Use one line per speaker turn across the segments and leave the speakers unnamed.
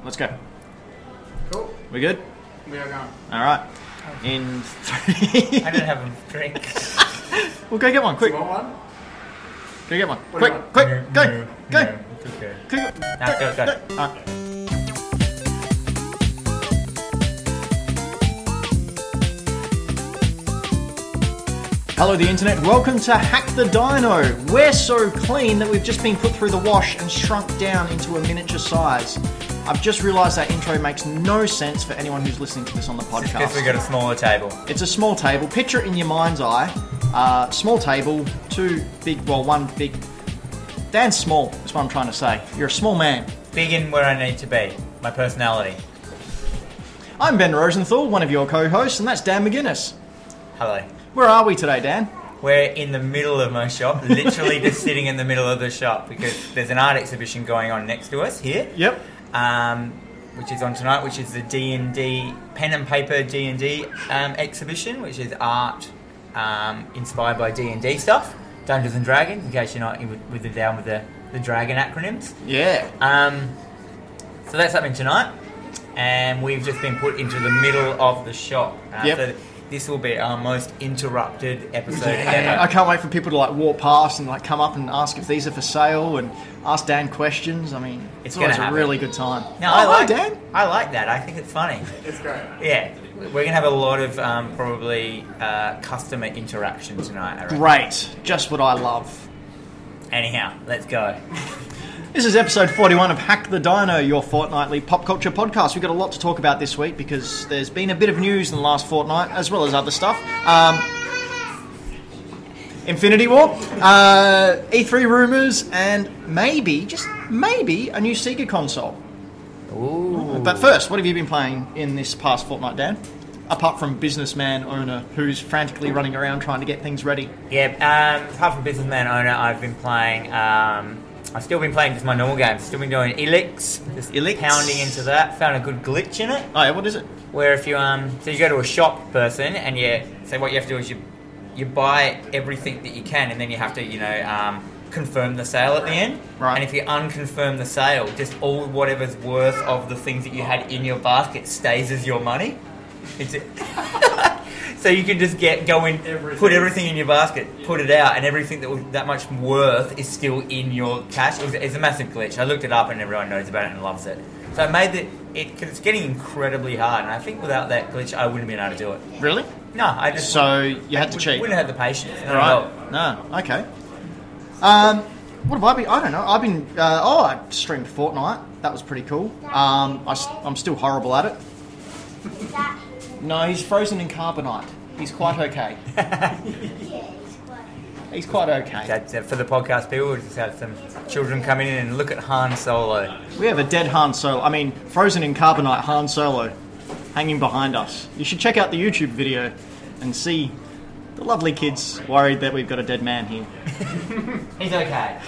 Let's go.
Cool.
We good?
We are gone.
All right. In three.
I don't have a drink.
well, go get one quick.
You
Go
want one?
get one.
do
Quick,
you want?
quick, go,
No,
go,
no, it's okay.
quick.
No, go, go.
Ah. Hello, the internet. Welcome to Hack the Dino. We're so clean that we've just been put through the wash and shrunk down into a miniature size. I've just realised that intro makes no sense for anyone who's listening to this on the podcast.
Because we got a smaller table.
It's a small table. Picture it in your mind's eye. Uh, small table, two big, well, one big. Dan's small, is what I'm trying to say. You're a small man.
Big in where I need to be. My personality.
I'm Ben Rosenthal, one of your co hosts, and that's Dan McGuinness.
Hello.
Where are we today, Dan?
We're in the middle of my shop, literally just sitting in the middle of the shop because there's an art exhibition going on next to us here.
Yep.
Um, which is on tonight, which is the D and D pen and paper D and D um, exhibition, which is art um, inspired by D and D stuff, Dungeons and Dragons. In case you're not in with, with the down with the, the dragon acronyms.
Yeah.
Um, so that's happening tonight, and we've just been put into the middle of the shop. Uh,
Yep.
So this will be our most interrupted episode
I
ever.
can't wait for people to like walk past and like come up and ask if these are for sale and ask Dan questions. I mean, it's,
It's gonna
always a
happen.
really good time.
Now
Oh,
I
hi,
like
Dan.
I like that. I think it's funny.
It's great.
Yeah, we're gonna have a lot of um, probably uh, customer interaction tonight. I reckon.
Great. Just what I love.
Anyhow, let's go.
This is episode 41 of Hack the Dino, your fortnightly pop culture podcast. We've got a lot to talk about this week because there's been a bit of news in the last fortnight, as well as other stuff. Um, Infinity War, uh, E3 rumors, and maybe, just maybe, a new Sega console.
Ooh.
But first, what have you been playing in this past fortnight, Dan? Apart from businessman owner who's frantically running around trying to get things ready.
Yeah, um, apart from businessman owner, I've been playing. Um, I've still been playing just my normal games. Still been doing Elix, just
Elix.
pounding into that. Found a good glitch in it
Oh, yeah, what is it?
where if you um, so you go to a shop person and you so what you have to do is you you buy everything that you can and then you have to you know um, confirm the sale at the end.
Right.
And if you unconfirm the sale, just all whatever's worth of the things that you had in your basket stays as your money. It's so you can just get go in, put
Everything.
everything in your basket, put it out, and everything that was that much worth is still in your cash. It was, it's a massive glitch. I looked it up, and everyone knows about it and loves it. So I made it it because it's getting incredibly hard, and I think without that glitch, I wouldn't have been able to do it.
Really?
No, I just
So you had to cheat.
Wouldn't have had the patience. Not at all.
Right. No. Okay. Um, what have I been? I don't know. I've been. Uh, oh, I streamed Fortnite. That was pretty cool. Um, I, am still horrible at it. No, he's frozen in carbonite. He's quite okay. He's quite okay.
That, that for the podcast people, we just had some children come in and look at Han Solo.
We have a dead Han Solo. I mean, frozen in carbonite Han Solo, hanging behind us. You should check out the YouTube video and see the lovely kids worried that we've got a dead man here.
He's okay.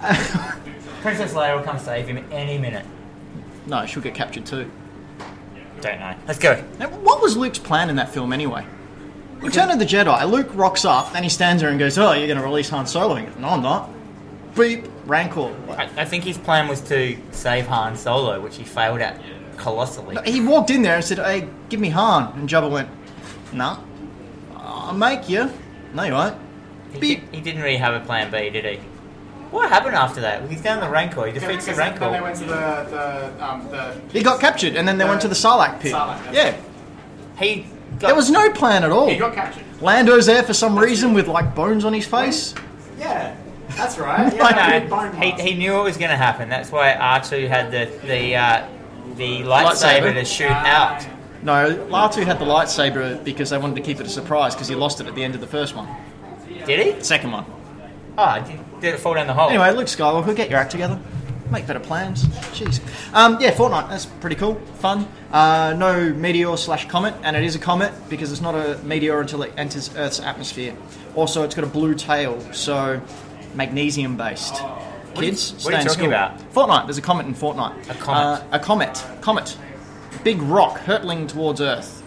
Princess Leia will come save him any minute.
No, she'll get captured too.
Don't know. Let's go.
Now, what was Luke's plan in that film anyway? Return of the Jedi. Luke rocks up and he stands there and goes, "Oh, you're going to release Han Solo?" And he goes, "No, I'm not." Beep. Rancor.
I, I think his plan was to save Han Solo, which he failed at colossally.
He walked in there and said, "Hey, give me Han." And Jabba went, "Nah, I'll make you." No, you won't.
he,
beep.
did, he didn't really have a plan B, did he? What happened after that? Well, he's down the Rancor. He defeats the
Because then they
Rancor.
went to the, the, um, the
He got captured, and then they went to the Sarlacc pit.
Sarlacc, that's
yeah,
He got,
there was no plan at all.
He got captured.
Lando's there for some reason with like bones on his face.
Yeah, that's right. Yeah,
Like-
that big
no,
bone
he,
mask.
he knew it was going to happen. That's why R2 had the the uh, the lightsaber
Lightsaber.
to shoot
Ah,
out.
No, Latu had the lightsaber because they wanted to keep it a surprise because he lost it at the end of the first one,
Did he?
second one.
Oh, did, did it fall down the hole?
Anyway, Luke Skywalker, get your act together. Make better plans. Jeez. Um, yeah, Fortnite. That's pretty cool. Fun. Uh, no meteor slash comet, and it is a comet because it's not a meteor until it enters Earth's atmosphere. Also, it's got a blue tail, so magnesium based.
are you-
Kids,
what
stay
are you
in
talking
school.
about?
Fortnite. There's a comet in Fortnite.
A comet.
Uh, a comet. Comet. Big rock hurtling towards Earth.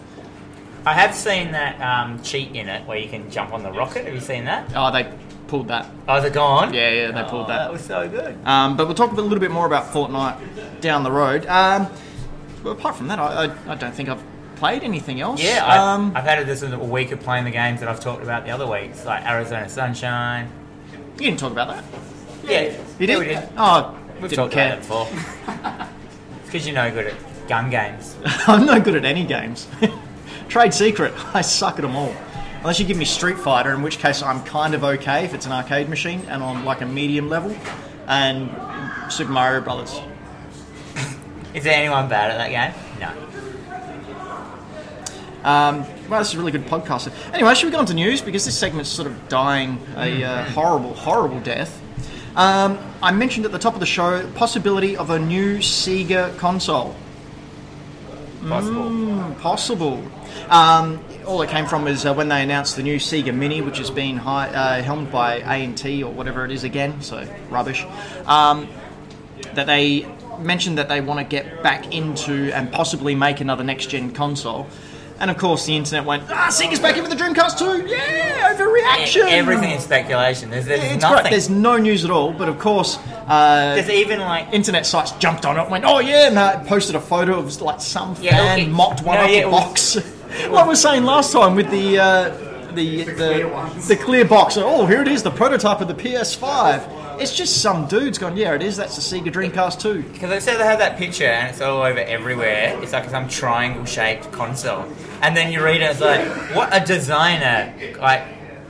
I have seen that um, cheat in it where you can jump on the rocket. Have you seen that?
Oh, they pulled that.
Oh, they're gone.
Yeah, yeah, they
Oh,
pulled
that
that.
was so good.
Um, but we'll talk a little bit more about Fortnite down the road. Um, but apart from that, I, I, I don't think I've played anything else.
Yeah, I,
um,
I've had this in a week of playing the games that I've talked about the other weeks, like Arizona Sunshine.
you didn't talk about that.
Yeah,
You
yeah,
did.
we did.
Oh,
We've
didn't
talked
care.
about it before. Because you're no good at gun games.
I'm no good at any games. Trade secret, I suck at them all. Unless you give me Street Fighter, in which case I'm kind of okay if it's an arcade machine and on like a medium level, and Super Mario Brothers.
Is there anyone bad at that game? No.
Um, well, this is a really good podcast. Anyway, should we go on to news because this segment's sort of dying a uh,
Hmm.
horrible, horrible death. Um, I mentioned at the top of the show possibility of a new Sega console. Mm,
Possible.
Possible. Um, all it came from is uh, when they announced the new Sega Mini, which has been hi- uh, helmed by A and T or whatever it is again. So rubbish. Um, that they mentioned that they want to get back into and possibly make another next gen console. And of course, the internet went, ah, Sega's back in with the Dreamcast too! Yeah, overreaction!
Everything is speculation. There's, there's
It's
nothing.
great. There's no news at all, but of course, uh,
There's even like
internet sites jumped on it and went, oh yeah, and uh, posted a photo of like some
Yeah,
fan
it-
mocked one
no,
up the
yeah, it was-
box. like I was saying last time with the uh, the the,
clear ones.
the clear box. Oh, here it is, the prototype of the PS5. It's just some dude's gone, yeah, it is. That's the Sega Dreamcast 2.
Because they said they have that picture and it's all over everywhere. It's like some triangle shaped console. And then you read it, it's like, what a designer like,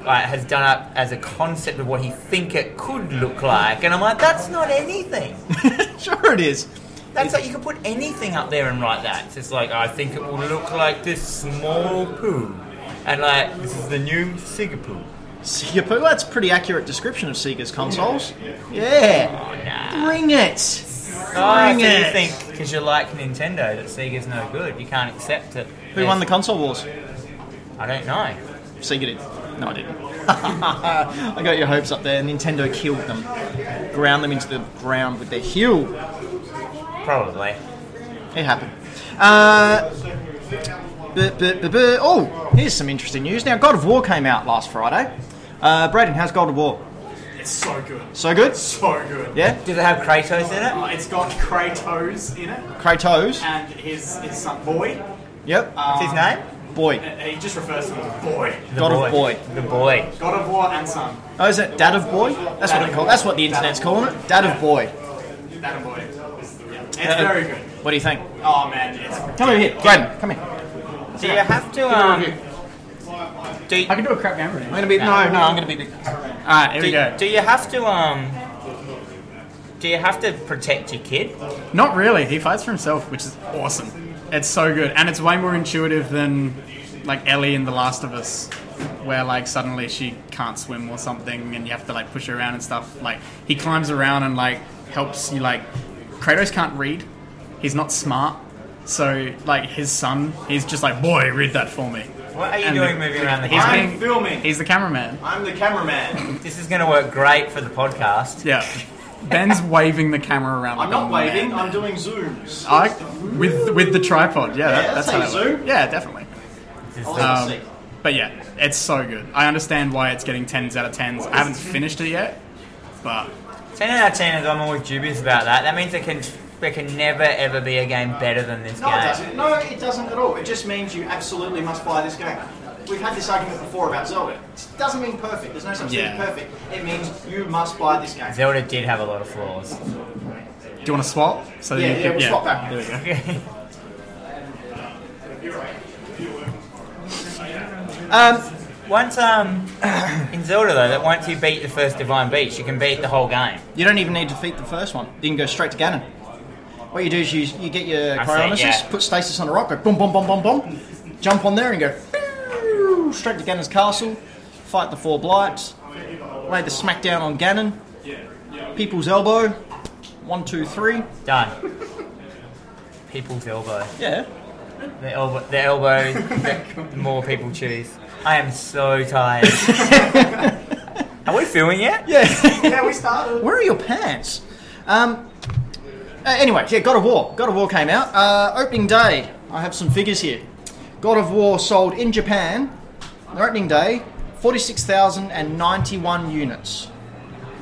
like has done up as a concept of what he think it could look like. And I'm like, that's not anything.
sure it is.
That's like, you could put anything up there and write that. It's just like, I think it will look like this small poo. And like, this is the new Sega poo.
Sega Poo, that's a pretty accurate description of Sega's consoles. Yeah. Bring it.
Oh,
Bring
so you
it.
think, because you're like Nintendo, that Sega's no good. You can't accept it.
Who won the console wars?
I don't know.
Sega did. No, I didn't. I got your hopes up there. Nintendo killed them, ground them into the ground with their heel.
Probably.
It happened. Uh, bu- bu- bu- bu- oh, here's some interesting news. Now, God of War came out last Friday. Uh, Braden, how's God of War?
It's so good.
So good?
So good.
Yeah?
Does it have Kratos in it?
Uh, It's got Kratos in it
Kratos?
and his, his son, Boy. Uh,
Yep.
What's his name?
Boy.
He just refers to him as Boy.
The
God of
The boy.
God of War and Son.
Oh, is it Dad of Boy? That's what it called. That's what the internet's calling it. Dad of Boy.
That and Boy. It's, yeah. it's very good.
What do you think?
Oh man, it's.
Come over here. Braden, come here.
Do you have to um? Do you,
I can do a crap camera.
I'm going to be. No, no, I'm going to be.
Alright, here
do, you- do you have to um? Do you have to protect your kid?
Not really. He fights for himself, which is awesome. It's so good, and it's way more intuitive than like Ellie in The Last of Us, where like suddenly she can't swim or something, and you have to like push her around and stuff. Like he climbs around and like helps you. Like Kratos can't read. He's not smart. So like his son, he's just like, boy, read that for me.
What are you
And
doing
the-
moving around the
He's
house?
being-
I'm filming.
He's the cameraman.
I'm the cameraman.
This is going to work great for the podcast.
Yeah. Ben's waving the camera around. like
I'm
a
not
man.
waving. I'm doing zooms.
Oh,
I, with with the tripod, yeah, that,
Yeah,
that's
that's how
how
you
it works.
zoom.
Yeah, definitely.
This is
I'll
the-
have
Um,
to see.
But yeah, it's so good. I understand why it's getting tens out of tens. I haven't finished it yet, but
ten out of ten is I'm always dubious about that. That means there can there can never ever be a game better than this
No, it
game.
doesn't. No, it doesn't at all. It just means you absolutely must buy this game. We've had this argument before about Zelda. It doesn't mean perfect. There's no such thing
Yeah.
as perfect. It means you must buy this game.
Zelda did have a lot of flaws.
do you want to swap? So
Yeah,
you
yeah,
can-
we'll swap back.
There we go.
Um,
Once um, in Zelda though, that once you beat the first Divine Beast, you can beat the whole game.
You don't even need to defeat the first one. You can go straight to Ganon. What you do is you, you get your
I see,
Cryonesis,
yeah.
put stasis on a rock, go boom, boom, boom, boom, boom, jump on there and go pew, straight to Ganon's castle, fight the four blights, lay the smackdown on Ganon, people's elbow, one, two, three.
Done. People's elbow.
Yeah.
The elbow. The elbow. the more people choose. I am so tired. Are we filming yet?
Yeah.
Yeah, we started.
Where are your pants? Um, uh, anyway, yeah, God of War. God of War came out. Uh, opening day, I have some figures here. God of War sold in Japan, on opening day, 46,091 units.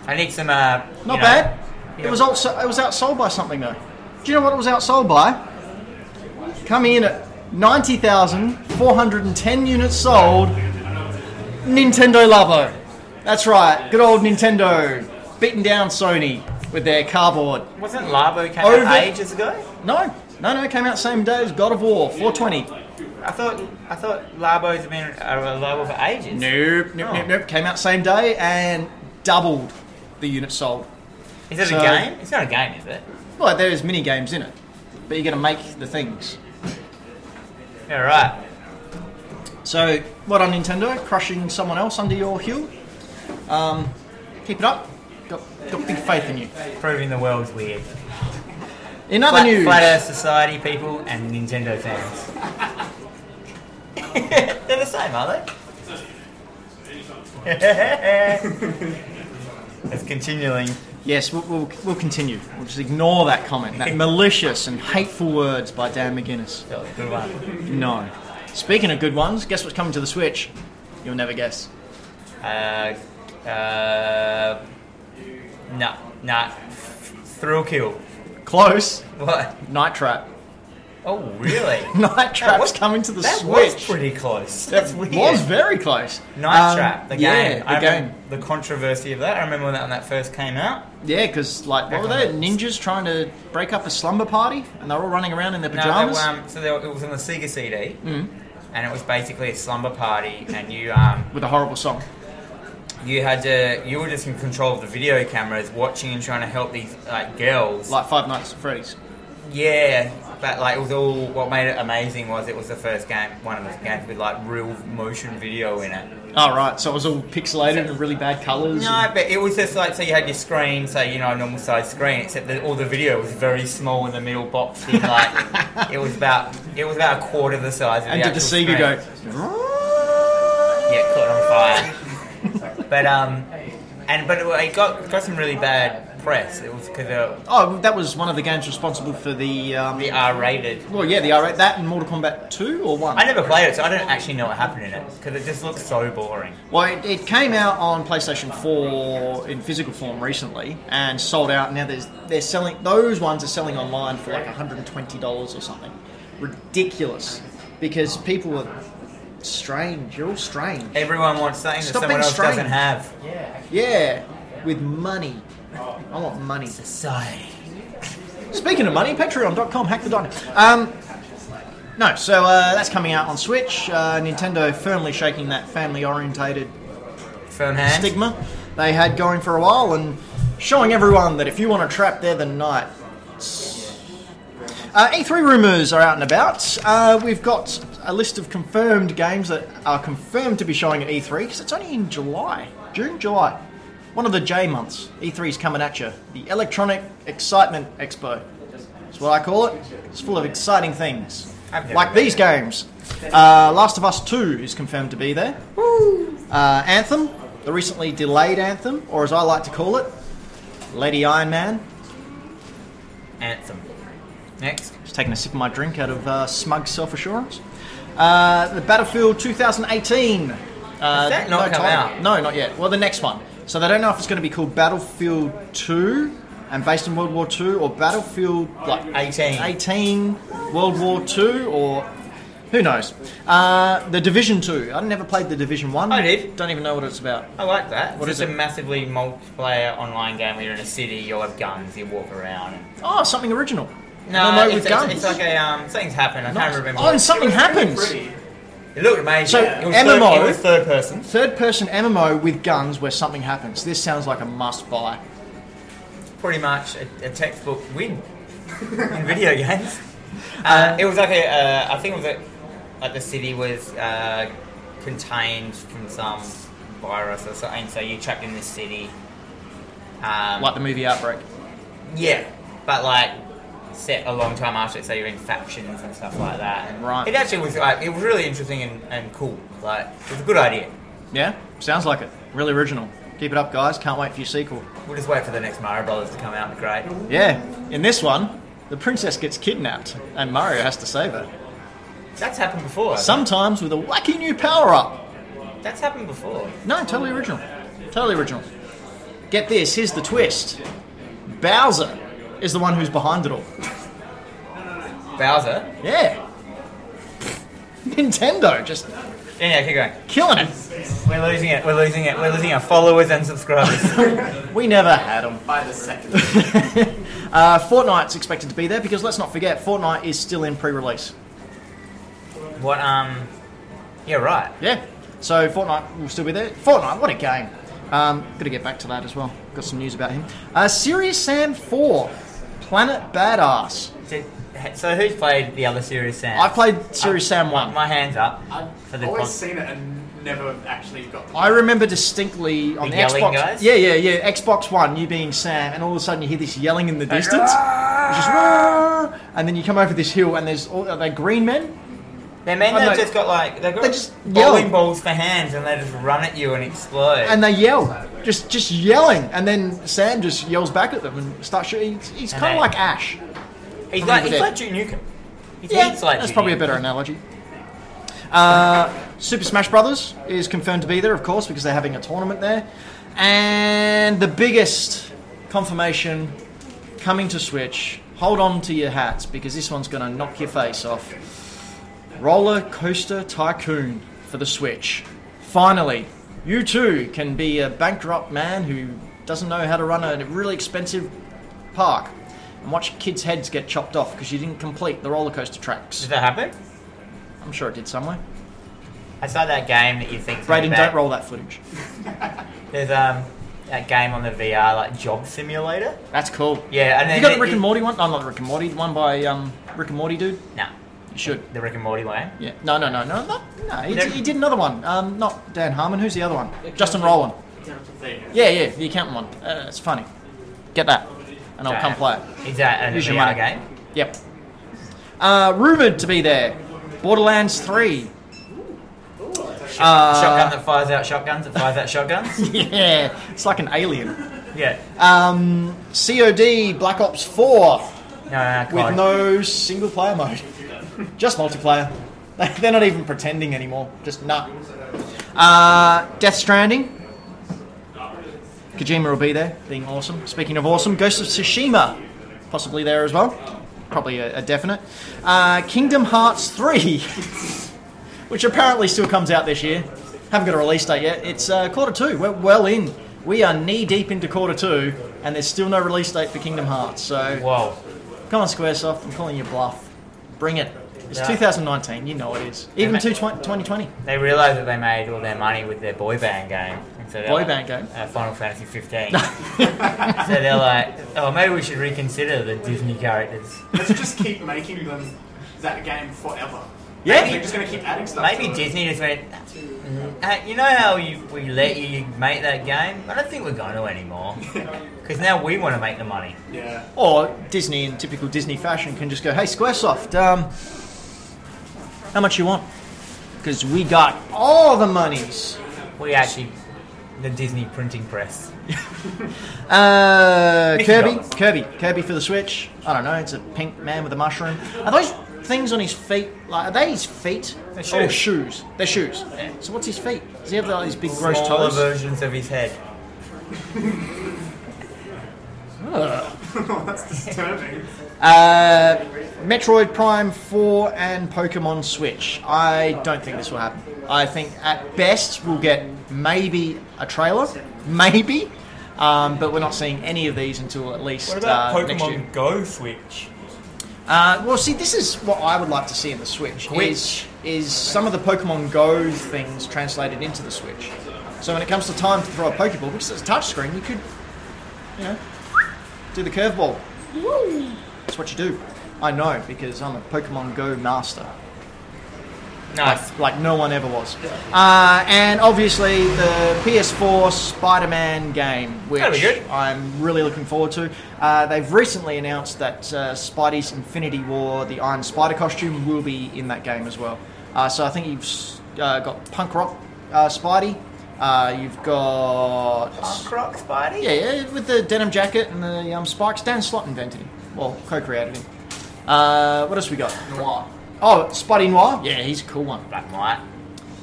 I need some. Uh,
Not
you know-
bad.
yeah.
It was also it was outsold by something though. Do you know what it was outsold by? Coming in at ninety thousand four hundred and ten units sold. Nintendo Labo. That's right. Good old Nintendo beating down Sony with their cardboard.
Wasn't Labo came
Over-
out ages ago?
No, no, no. It came out same day as God of War. Four twenty.
I thought I thought Labo's been uh, Labo for ages.
Nope, nope, nope, nope. Came out same day and doubled the units sold.
Is it
So-
a game? It's not a game, is it?
Well, there's mini games in it, but you're gonna make the things.
Yeah, right.
So, what on Nintendo, crushing someone else under your heel. Um, keep it up. Got, got big faith in you.
Proving the world's weird.
In other
Flat,
news,
Flat Earth Society people and Nintendo fans. They're the same, aren't they? It's continuing.
yes, we'll, we'll, we'll continue. We'll just ignore that comment, that malicious and hateful words by Dan McGuinness.
That was a good one.
No. Speaking of good ones, guess what's coming to the Switch? You'll never guess.
Uh, uh, no, no. Thrill kill.
Close.
What?
Night Trap.
Oh, really?
Night
That
Trap's
was-
coming to the
that
Switch.
was pretty close. That's
that
weird.
was very close.
Night
Um,
Trap, the game.
Yeah, the
I
game.
remember The controversy of that. I remember when that, when that first came out.
Yeah, because like what were they? Ninjas trying to break up a slumber party, and they're all running around in their
No, they
pajamas. Mm.
were, um, so they were, it was on the Sega CD, and it was basically a slumber party, and you um,
with a horrible song.
you had to you were just in control of the video cameras, watching and trying to help these like girls.
Like Five Nights at Freddy's.
yeah, but like it was all what made it amazing was it was the first game, one of the games with like real motion video in it.
Oh, right. So it was all pixelated and really bad colours.
No, but it was just like so you had your screen, so you know a normal size screen, except that all the video was very small in the middle box. In, like it was about it was about a quarter the size of
And, and
the
did the
actual
Sega
screen.
go,
Yeah, caught on fire. but um, and but it got got some really bad press. It was because of
oh, that was one of the games responsible for the. Um,
the R rated.
well, yeah, the R8. That and Mortal Kombat 2 or 1?
I never played it, so I don't actually know what happened in it because it just looks so boring.
Well, it, it came out on PlayStation 4 in physical form recently and sold out. Now there's they're selling those ones are selling online for like $120 or something. Ridiculous because people are strange. You're all strange.
Everyone wants something that
Stop
someone
being
else
strange.
doesn't have.
Yeah, with money. I want money.
Society.
Speaking of money, patreon.com, hack the diner. Um, no, so uh, that's coming out on Switch. Uh, Nintendo firmly shaking that family orientated
Firm hand.
stigma they had going for a while and showing everyone that if you want to trap, they're the night. Uh, E3 rumours are out and about. Uh, we've got a list of confirmed games that are confirmed to be showing at E3 because it's only in July, June, July. One of the J months. E3's coming at you. The Electronic Excitement Expo. That's what I call it. It's full of exciting things.
I've never
Like
been.
these games. Uh, Last of Us 2 is confirmed to be there. Uh, Anthem, the recently delayed Anthem, or as I like to call it, Lady Iron Man.
Anthem. Next.
Just taking a sip of my drink out of uh, smug self assurance. Uh, the Battlefield 2018. Uh, Has
that not come out?
No, not yet. Well, the next one. So they don't know if it's going to be called Battlefield 2 and based in World War 2 or Battlefield like
18.
18 World War 2 or who knows. Uh, the Division 2. I never played the Division 1.
I did.
Don't even know what it's about.
I like that.
What
What
is
is it's just
it?
a massively multiplayer online game where you're in a city, you'll have guns, you walk around. And...
Oh, something original.
No,
no,
it's,
with
it's-
guns.
it's like a um, something's happened. I can't remember.
Oh, and something happens.
It looked amazing.
So,
it was
MMO.
Third, it was third person.
Third person MMO with guns where something happens. This sounds like a must buy.
Pretty much a, a textbook win in video games. Uh, it was like a, uh, I think it was a, like the city was uh, contained from some virus or something. So you're trapped in this city. Um,
Like the movie Outbreak.
Yeah, but like set a long time after it, so you're in factions and stuff like that. And
Right.
It actually was like it was really interesting and, and cool. Like it was a good idea.
Yeah? Sounds like it. Really original. Keep it up, guys. Can't wait for your sequel.
We'll just wait for the next Mario Brothers to come out. Great.
Yeah. In this one, the princess gets kidnapped and Mario has to save her.
That's happened before.
Sometimes with a wacky new power up.
That's happened before.
No, totally original. Totally original. Get this, here's the twist. Bowser is the one who's behind it all.
Bowser.
Yeah. Nintendo just
Yeah, yeah, keep going.
killing it.
We're losing it. We're losing it. We're losing our followers and subscribers.
We never had them.
By the second.
Uh, Fortnite's expected to be there because let's not forget, Fortnite is still in pre-release.
what? Um. Yeah, right.
Yeah. So Fortnite will still be there. Fortnite, what a game. Um, got to get back to that as well. Got some news about him. Uh, Serious Sam 4, Planet Badass.
So, so who's played the other Serious Sam?
I played Serious Sam 1.
My hands up. For
I've
the
always
con-
seen it and never actually got. To
I remember distinctly on
The
the,
yelling
Xbox.
guys?
Yeah, yeah, yeah. Xbox One, you being Sam, and all of a sudden you hear this yelling in the distance. It's just, "Rah!" and then you come over this hill, and there's all are they green men.
They're men
I
that
know.
just got like they've got
They just
bowling
yell.
balls for hands and they just run at you and explode.
and they yell, just just yelling, and then Sam just yells back at them and starts shooting. He's, he's
And
kind
they-
of like Ash.
he's
from
like
Evil
he's
Dead.
like Duke Nukem. He's heaps like
that's
Duke
probably a
Nukem.
better analogy. Uh, Super Smash Brothers is confirmed to be there, of course, because they're having a tournament there. And the biggest confirmation coming to Switch. Hold on to your hats because this one's going to knock your face off. Roller Coaster Tycoon for the Switch. Finally, you too can be a bankrupt man who doesn't know how to run a really expensive park and watch kids' heads get chopped off because you didn't complete the roller coaster tracks.
Did that happen?
I'm sure it did somewhere.
I saw that game that you think.
Braden, don't roll that footage.
There's um that game on the VR like Job Simulator.
That's cool.
Yeah, and then
You got
it-
the Rick
it-
and Morty one? No, not the Rick and Morty. The one by um, Rick and Morty dude.
No,
You should.
the Rick and Morty one.
Yeah. No, no, no, no, not, no. He,
There-
did, he did another one. Um, not Dan Harmon. Who's the other one? Justin Rowland. Yeah, yeah, the accountant one. Uh, it's funny. Get that, and I'll come play it.
Is that a
Here's your
VR
money.
game?
Yep. Uh, rumored to be there. Borderlands Three. Uh,
shotgun that fires out shotguns that fires out shotguns.
Yeah, it's like an alien.
Yeah.
Um, COD Black Ops Four.
No, no, no.
with
Cod.
no single player mode, just multiplayer. They- They're not even pretending anymore. Just nut. Uh, Death Stranding. Kojima will be there, being awesome. Speaking of awesome, Ghost of Tsushima, possibly there as well. Probably a, a definite. Uh, Kingdom Hearts 3, which apparently still comes out this year. Haven't got a release date yet. It's uh, quarter two. We're well in. We are knee deep into quarter two, and there's still no release date for Kingdom Hearts. So
Whoa.
Come on, Squaresoft, I'm calling you bluff. Bring it. It's
Yeah.
2019, you know it is. Even
ma-
220 2020.
They realised that they made all their money with their boy band game. And so they're
Boy band
like,
game?
Uh, Final Fantasy 15. so they're like, oh, maybe we should reconsider the Disney characters.
Let's just keep making them that game forever.
Yeah.
They're just gonna keep adding stuff.
Maybe
to it.
Disney just went, "Mm, uh, you know how you, we let you make that game? I don't think we're going to anymore. Because now we want to make the money.
Yeah.
Or Disney, in typical Disney fashion, can just go, hey, Squaresoft, um, how much you want? Because we got all the monies.
We actually, the Disney printing press.
Uh,
Mickey
Kirby,
dollars.
Kirby, Kirby for the Switch. I don't know. It's a pink man with a mushroom. Are those things on his feet? Like, are they his feet?
They're
Oh,
shoes.
shoes. They're shoes. So what's his feet? Does he have like, these big gross
Smaller
toes?
versions of his head.
That's disturbing.
Uh, Metroid Prime 4 and Pokemon Switch. I don't think this will happen. I think at best we'll get maybe a trailer, maybe, um, but we're not seeing any of these until at least uh, next year.
Go Switch?
Uh, well, see, this is what I would like to see in the Switch is,
Which?
is some of the Pokemon Go things translated into the Switch. So when it comes to time to throw a Pokeball, which is a touchscreen, you could, you know, do the curveball. That's what you do. I know because I'm a Pokemon Go master,
Nice.
like no one ever was. Uh, and obviously the PS4 Spider-Man game, which
That'll be good.
I'm really looking forward to. Uh, they've recently announced that uh, Spidey's Infinity War, the Iron Spider costume, will be in that game as well. Uh, so I think you've s- uh, got Punk Rock uh, Spidey. Uh, you've got
Croc Spidey?
yeah, yeah, with the denim jacket and the um, spikes. Dan Slott invented him. Well, co-created him. Uh, what else we got? Noir. Oh, Spuddy Noir. Yeah, he's a cool one.
Black Knight.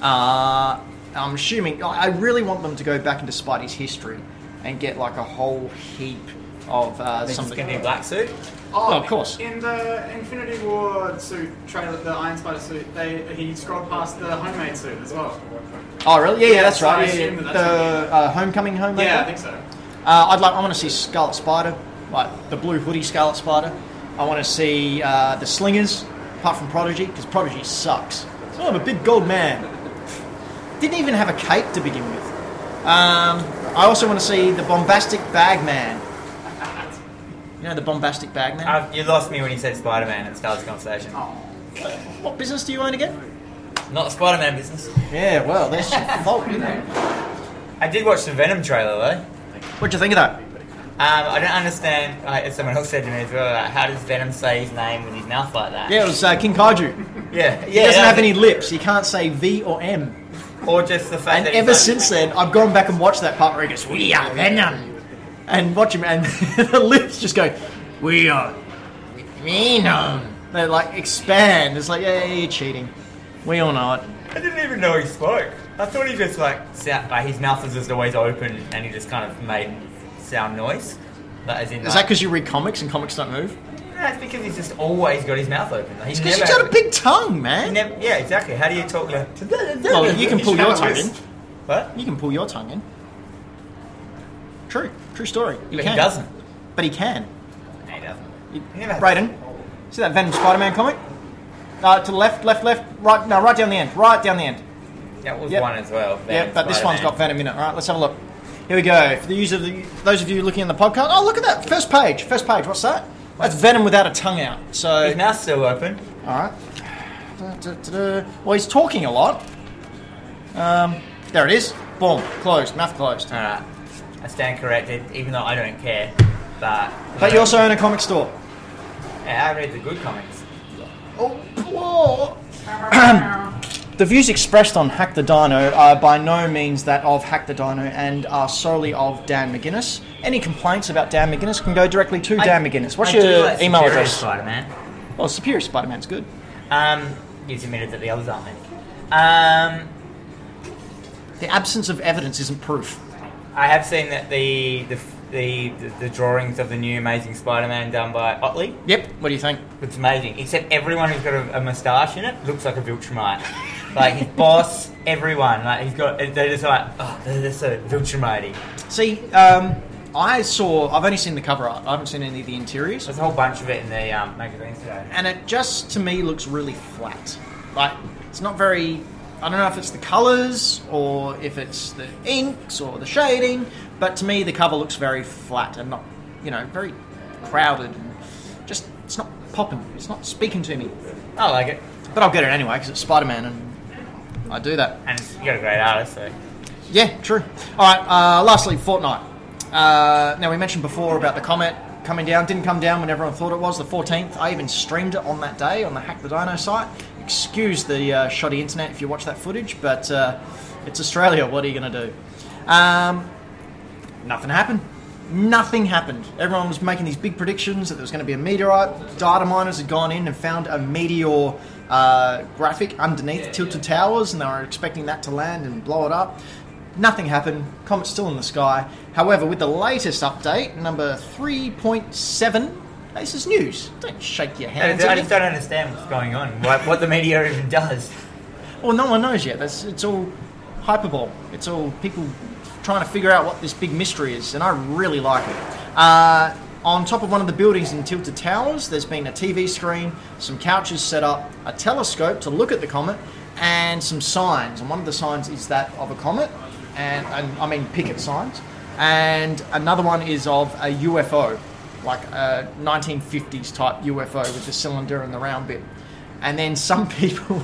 Uh, I'm assuming I I really want them to go back into Spidey's history and get like a whole heap of uh,
This is
something.
going to be a black suit.
Oh, of course.
In the Infinity War suit trailer, the Iron Spider suit, they he scrolled past the homemade suit as well.
Oh, really? Yeah, yeah, that's
Yeah, so I
right. Yeah,
assume
yeah. The
that that's
uh, Homecoming home.
Yeah, I
maker?
think so.
Uh, I'd like. I want to see Scarlet Spider, like the blue hoodie Scarlet Spider. I want to see uh, the Slingers, apart from Prodigy, because Prodigy sucks. Oh, I'm a big gold man. Didn't even have a cape to begin with. Um, I also want to see the bombastic Bagman. You know the bombastic Bagman.
Uh, you lost me when you said Spider Man at the start of the conversation.
Oh. what business do you own again?
Not Spider Man business.
Yeah, well, that's your fault, isn't it?
I did watch the Venom trailer though.
What'd you think of that?
Um, I don't understand, uh, as someone else said to me as well, like, how does Venom say his name with his mouth like that?
Yeah, it was uh, King Kaiju.
yeah. yeah
He doesn't
that-
have any lips. He can't say V or M.
Or just the fact
And
that.
ever
he's
since then, I've gone back and watched that part where he goes, "We are Venom," and watch him, and the lips just go, "We are Venom." They like expand. It's like, yeah, yeah, you're cheating. We all know it.
I didn't even know he spoke. I thought he just like sound, like his mouth was just always open and he just kind of made sound noise. Like, as in,
Is that
like,
because you read comics and comics don't move?
No, it's because he's just always got his mouth open. Like, he's
Because
never,
you've got a big tongue,
he
man.
never- yeah, exactly. How do you talk? Like,
Well, you can pull
should
your
have a
tongue in.
list.
what?
You can pull your tongue in. True, true story. You
But
can.
he doesn't.
But he can.
No, he doesn't.
You-
He never has-
Brayden, see that Venom Spider-Man comic? Uh, to the left, left, left, right. No, right down the end. Right down the end.
That was
Yep.
one as well.
Yeah,
Venom,
but this one's
Spider-Man.
got Venom in it. All right, let's have a look. Here we go. For the use of the, those of you looking in the podcast, oh look at that first page. First page. What's that? That's Venom without a tongue out. So
His mouth's still open.
all right. Da, da, da, da. Well, he's talking a lot. Um, there it is. Boom. Closed. Mouth closed.
All right, I stand corrected, even though I don't care. But
But you also own a comic store.
yeah, I read the good comics.
Oh, the views expressed on Hack the Dino are by no means that of Hack the Dino and are solely of Dan McGuinness. Any complaints about Dan McGuinness can go directly to Dan McGuinness. What's
I do
your
like
email
Superior
address?
Spider-Man.
Well, Superior Spider Man's good.
Um, you admitted that the others aren't many. Um,
The absence of evidence isn't proof.
I have seen that the the, the the the drawings of the new Amazing Spider-Man done by Otley
Yep, what do you think?
looks amazing. Except everyone who's got a, a moustache in it looks like a Viltrumite. like his boss, everyone. Like he's got. They're just like, oh, they're, they're so Viltrumite.
See, um, I saw, I've only seen the cover art, I haven't seen any of the interiors.
There's a whole bunch of it in the um, magazines today.
and it just to me looks really flat. Like it's not very. I don't know if it's the colours or if it's the inks or the shading, but to me the cover looks very flat and not, you know, very crowded and just it's not popping. It's not speaking to me.
I like it,
But I'll get it anyway because it's Spider Man and I do that.
and it's- you got a great artist. So
Yeah, true. All right. Uh, lastly, Fortnite. Uh, now we mentioned before about the comment coming down. Didn't come down when everyone thought it was the 14th. I even streamed it on that day on the Hack the Dino site. Excuse the uh, shoddy internet if you watch that footage, but uh, it's Australia. What are you going to do? Um, nothing happened. Nothing happened. Everyone was making these big predictions that there was going to be a meteorite. Data miners had gone in and found a meteor uh, graphic underneath Tilted Towers, and they were expecting that to land and blow it up. Nothing happened. Comet's still in the sky. However, with the latest update, number 3.7, this is news. Don't shake your
I
hands.
just, I
at
just
me.
don't understand what's going on. What, what the media even does.
Well, no one knows yet. That's, it's all hyperbole. It's all people trying to figure out what this big mystery is, and I really like it. Uh, on top of one of the buildings in Tilted Towers, there's been a TV screen, some couches set up, a telescope to look at the comet, and some signs. And one of the signs is that of a comet, and, and I mean picket signs. And another one is of a UFO, like a 1950s type UFO with the cylinder and the round bit. And then some people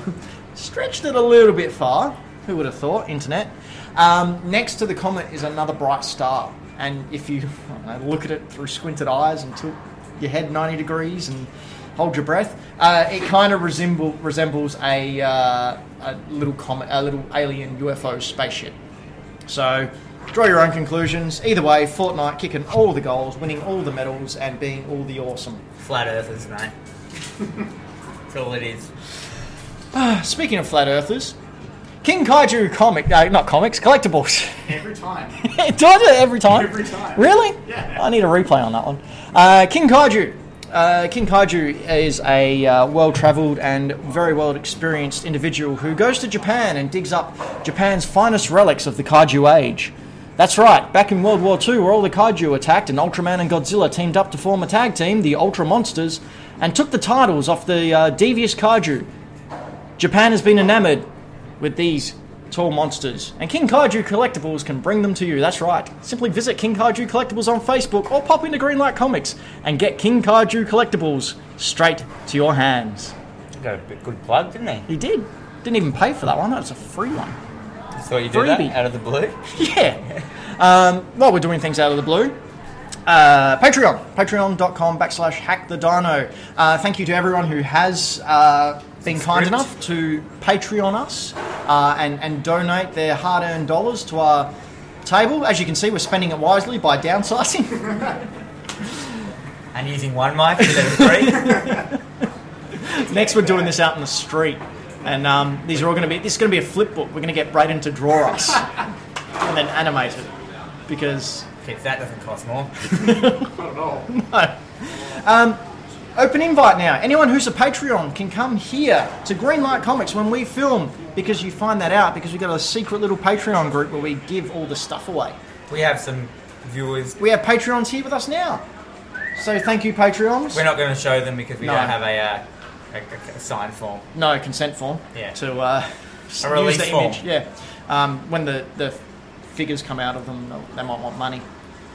stretched it a little bit far. Who would have thought? Internet. Um, next to the comet is another bright star. And if you I don't know, look at it through squinted eyes and tilt your head 90 degrees and hold your breath, uh, it kind of resemble, resembles a, uh, a little comet, a little alien UFO spaceship. So draw your own conclusions. Either way, Fortnite kicking all the goals, winning all the medals, and being all the awesome.
Flat earthers, mate. That's all it is.
Speaking of flat earthers, King Kaiju comic, uh, not comics, collectibles.
Every time.
Do I do it every time?
Every time.
Really?
Yeah.
I need a replay on that one. Uh, King Kaiju. Uh, King Kaiju is a uh, well travelled and very well experienced individual who goes to Japan and digs up Japan's finest relics of the Kaiju age. That's right, back in World War II, where all the Kaiju attacked and Ultraman and Godzilla teamed up to form a tag team, the Ultra Monsters, and took the titles off the uh, devious Kaiju. Japan has been enamoured with these tall monsters, and King Kaiju Collectibles can bring them to you. That's right. Simply visit King Kaiju Collectibles on Facebook or pop into Greenlight Comics and get King Kaiju Collectibles straight to your hands.
Got a bit good plug, didn't he?
He did. Didn't even pay for that one. That was a free one.
Saw you do that
Freebie.
out of the blue.
Yeah. Um, while we're doing things out of the blue, uh, Patreon, patreon.com backslash hack the dino. Uh, thank you to everyone who has uh, been kind
Script.
enough to Patreon us uh, and, and donate their hard earned dollars to our table. As you can see, we're spending it wisely by downsizing.
And using one mic instead of three.
Next, we're doing this out in the street. And um, these are all going to be, this is going to be a flip book. We're going to get Brayden to draw us and then animate it because
if that doesn't cost more.
Open invite now. Anyone who's a Patreon can come here to Greenlight Comics when we film because you find that out because we've got a secret little Patreon group where we give all the stuff away.
We have some viewers.
We have Patreons here with us now. So thank you, Patreons.
We're not going to show them because we
No.
don't have a, uh, a, a, a sign form.
no consent form
Yeah.
to uh,
A release
use the
form.
image. Yeah. Um, when the, the figures come out of them, they'll- they might want money.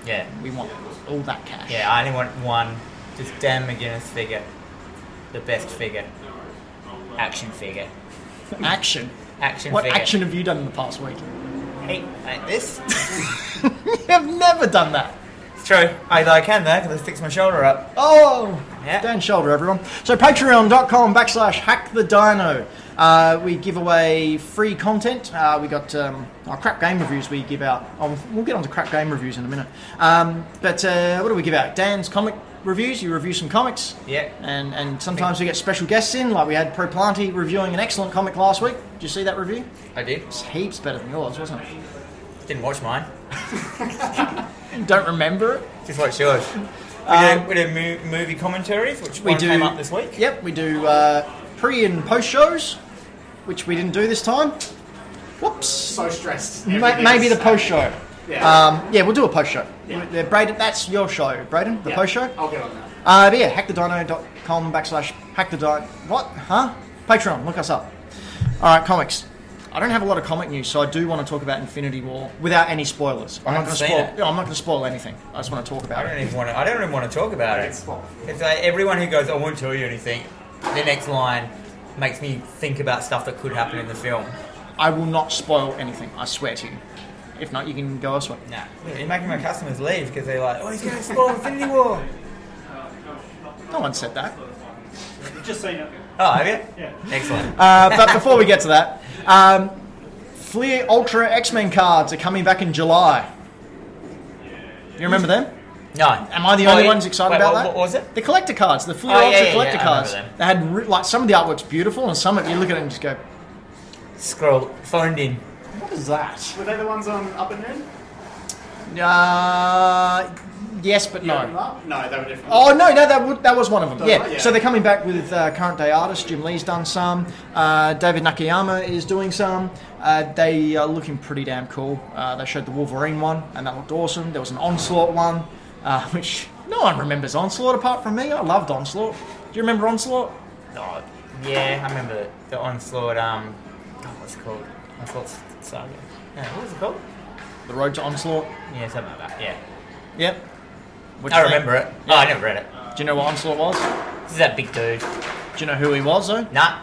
Yeah.
We want all that cash.
Yeah, I only want one. Just Dan McGuinness figure. The best figure. Action figure.
Action.
Action
What
figure.
action have you done in the past week?
Hey, like this?
I've never done that.
it's true. I, I can though, because I fixed my shoulder up.
Oh,
Yeah.
Dan Shoulder, everyone. So patreon.com backslash hack the dino. Uh, we give away free content. Uh, we got um, our crap game reviews we give out. Oh, we'll get on to crap game reviews in a minute. Um, but uh, what do we give out? Dan's comic reviews. You review some comics.
Yeah.
And, and sometimes we get special guests in, like we had Pro Planty reviewing an excellent comic last week. Did you see that review?
I did.
It's heaps better than yours, wasn't it?
Didn't watch mine.
Don't remember it.
Just watched yours. We
Um,
do, we do mo- movie commentaries, which
We
one
do
came up this week.
Yep, we do uh, pre and post shows, which we didn't do this time. Whoops.
So stressed.
Ma- maybe the post show.
Yeah.
Um, yeah, we'll do a post show.
Yeah.
Yeah, Braden, that's your show, Braden, the
Yeah,
post show.
I'll get on that.
Uh, but yeah, hackthedino.com backslash hackthedino. What? Huh? Patreon, look us up. All right, comics. I don't have a lot of comic news, so I do want to talk about Infinity War without any spoilers. I'm not going
haven't
to
seen
spoil.
it.
Yeah, I'm not going to spoil anything. I just want to talk
I
about
don't
it.
even want to. I don't even want to talk about it.
It's fine.
It's like everyone who goes, "I won't tell you anything." The next line makes me think about stuff that could happen in the film.
I will not spoil anything. I swear to you. If not, you can go elsewhere.
Nah, you're making my customers leave because they're like, "Oh, he's going to spoil Infinity War."
No one said that.
Just so you know.
Oh, have you? Yeah. Excellent.
Uh, but before we get to that, um, Fleer Ultra X Men cards are coming back in July. You remember them?
No.
Am I the
Oh,
only
yeah.
ones excited
Wait,
about
what,
that?
What was it?
The collector cards, the Fleer
Oh, yeah,
Ultra
yeah, yeah,
collector
I remember
cards.
them.
They had re- like some of the artwork's beautiful, and some of you look at it and just go,
Scroll phoned in.
"What is that?"
Were they the ones on Up and Down?
Uh, yes, but no.
No, they were different.
Oh no, no, that would, that was one of them. Yeah.
right, yeah.
So they're coming back with uh, current day artists. Jim Lee's done some. Uh, David Nakayama is doing some. Uh, they are looking pretty damn cool. Uh, they showed the Wolverine one, and that looked awesome. There was an Onslaught one, uh, which no one remembers Onslaught apart from me. I loved Onslaught. Do you remember Onslaught?
Oh, yeah, I remember the, the onslaught. Um, oh, what's it called? Onslaught saga. No, what was it called?
The Road to Onslaught.
Yeah, something like that. Yeah.
Yep. What'd
I
you think?
remember it. Oh, I never read it.
Do you know what Onslaught was?
This is that big dude.
Do you know who he was though?
Nah.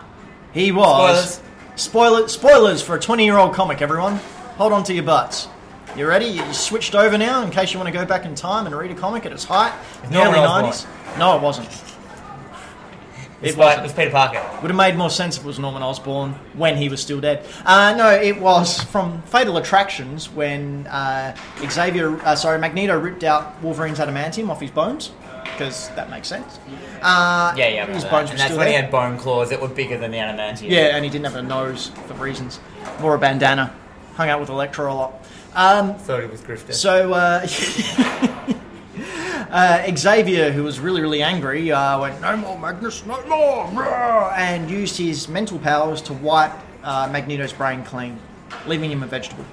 He was. Spoilers. spoilers for a 20 year old comic, everyone. Hold on to your butts. You ready? You you switched over now in case you want to go back in time and read a comic at its height in the
No
early
one else
90s? No, it wasn't.
It was,
wasn't.
it was Peter Parker.
Would have made more sense if it was Norman Osborn when he was still dead. Uh, no, it was from Fatal Attractions when uh, Xavier, uh, sorry, Magneto ripped out Wolverine's adamantium off his bones. because that makes sense. Uh,
Yeah, yeah. I
His bones
remember that.
were
and that's
still
when he
there.
had bone claws that were bigger than the Adamantium.
Yeah, and he didn't have a nose for reasons. Wore a bandana. Hung out with Electra a lot. Um,
Thought it was Grifter.
so, uh, uh, Xavier, who was really, really angry, uh, went, No more, Magnus, no more! Roar!" And used his mental powers to wipe uh, Magneto's brain clean, leaving him a vegetable.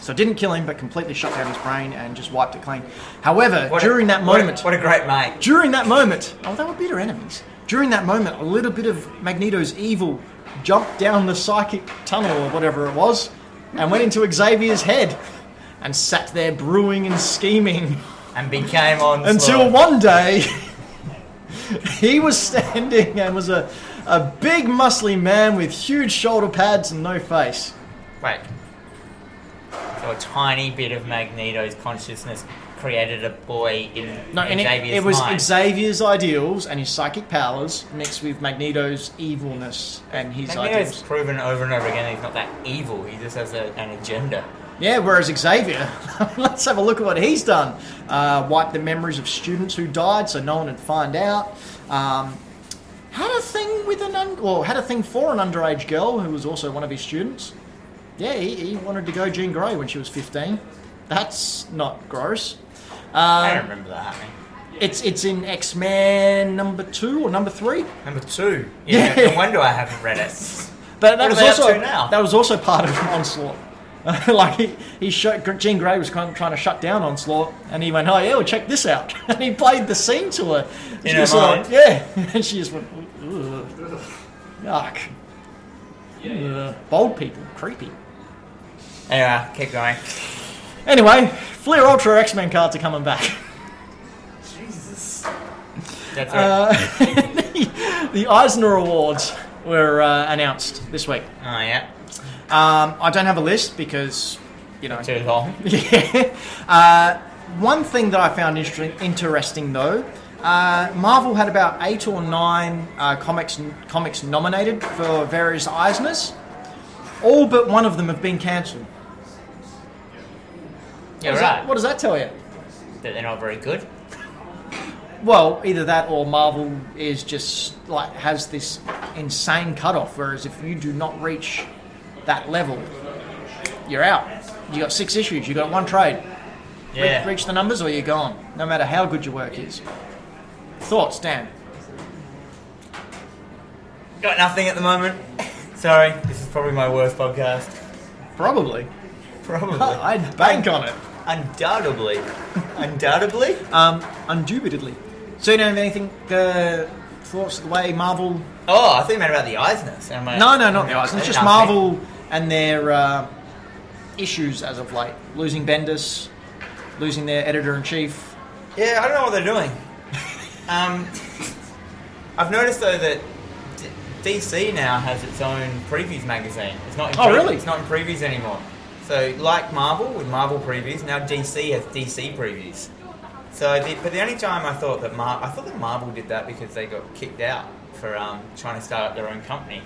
So, it didn't kill him, but completely shut down his brain and just wiped it clean. However,
What a-
during that
what a-
moment.
What a, great mate.
During that moment, oh, they were bitter enemies. During that moment, a little bit of Magneto's evil jumped down the psychic tunnel or whatever it was and went into Xavier's head and sat there brewing and scheming
And became on
until one day he was standing and was a, a big, muscly man with huge shoulder pads and no face.
Wait. So a tiny bit of Magneto's consciousness created a boy in
No, and it,
Xavier's
it was
mind.
Xavier's ideals and his psychic powers mixed with Magneto's evilness and his ideals.
Magneto's proven over and over again he's not that evil. He just has a, an agenda.
Yeah, whereas Xavier, let's have a look at what he's done. Uh, wiped the memories of students who died so no one would find out. Um, had a thing with an un- well, had a thing for an underage girl who was also one of his students. Yeah, he, he wanted to go Jean Grey when she was fifteen. That's not gross.
I
Um,
don't remember that happening.
it's it's in X Men number two or number three,
Number two.
Yeah.
Yeah. No wonder I haven't read it.
but that
What
was
are they up
also
to now?
that was also part of onslaught. like he, he shut, Jean Grey was kind of trying to shut down onslaught, and he went, "Oh yeah, well check this out," and he played the scene to her.
In
She
her
was
mind.
like, yeah, and she just went, "Ugh, ugh, "Yuck." Ugh. Bold people, creepy.
Anyway, keep going.
Anyway, Flair Ultra X Men cards are coming back.
That's it.
Uh, the Eisner Awards were uh, announced this week.
Oh yeah.
Um, I don't have a list because you know
Too long.
Yeah. Uh, one thing that I found interesting, interesting though, uh, Marvel had about eight or nine uh, comics comics nominated for various Eisners. All but one of them have been cancelled.
Yeah,
Does
right.
that- What does that tell you?
That they're not very good.
Well, either that or Marvel is just like has this insane cutoff. Whereas if you do not reach that level, you're out. You got six issues. You got one trade. Re-
Yeah.
reach the numbers or you're gone, no matter how good your work is. Thoughts, Dan?
Got nothing at the moment. Sorry, this is probably my worst podcast.
Probably.
Probably.
I'd bank on it.
Undoubtedly. Undoubtedly.
Um, undoubtedly. So you don't have anything, uh, thoughts of the way Marvel...
Oh, I thought you meant about the Eisners. Am I-
No, no,
"Mm,
not the Eisners. It's just
Nothing.
Marvel and their uh, issues as of late. Losing Bendis, losing their editor-in-chief.
Yeah, I don't know what they're doing. um, I've noticed though that D- DC now has its own previews magazine. It's not. In
Oh,
pre-
really?
It's not in previews anymore. So, like Marvel with Marvel previews, now DC has DC previews. So, the, but the only time I thought that Mar- I thought that Marvel did that because they got kicked out for um, trying to start up their own company,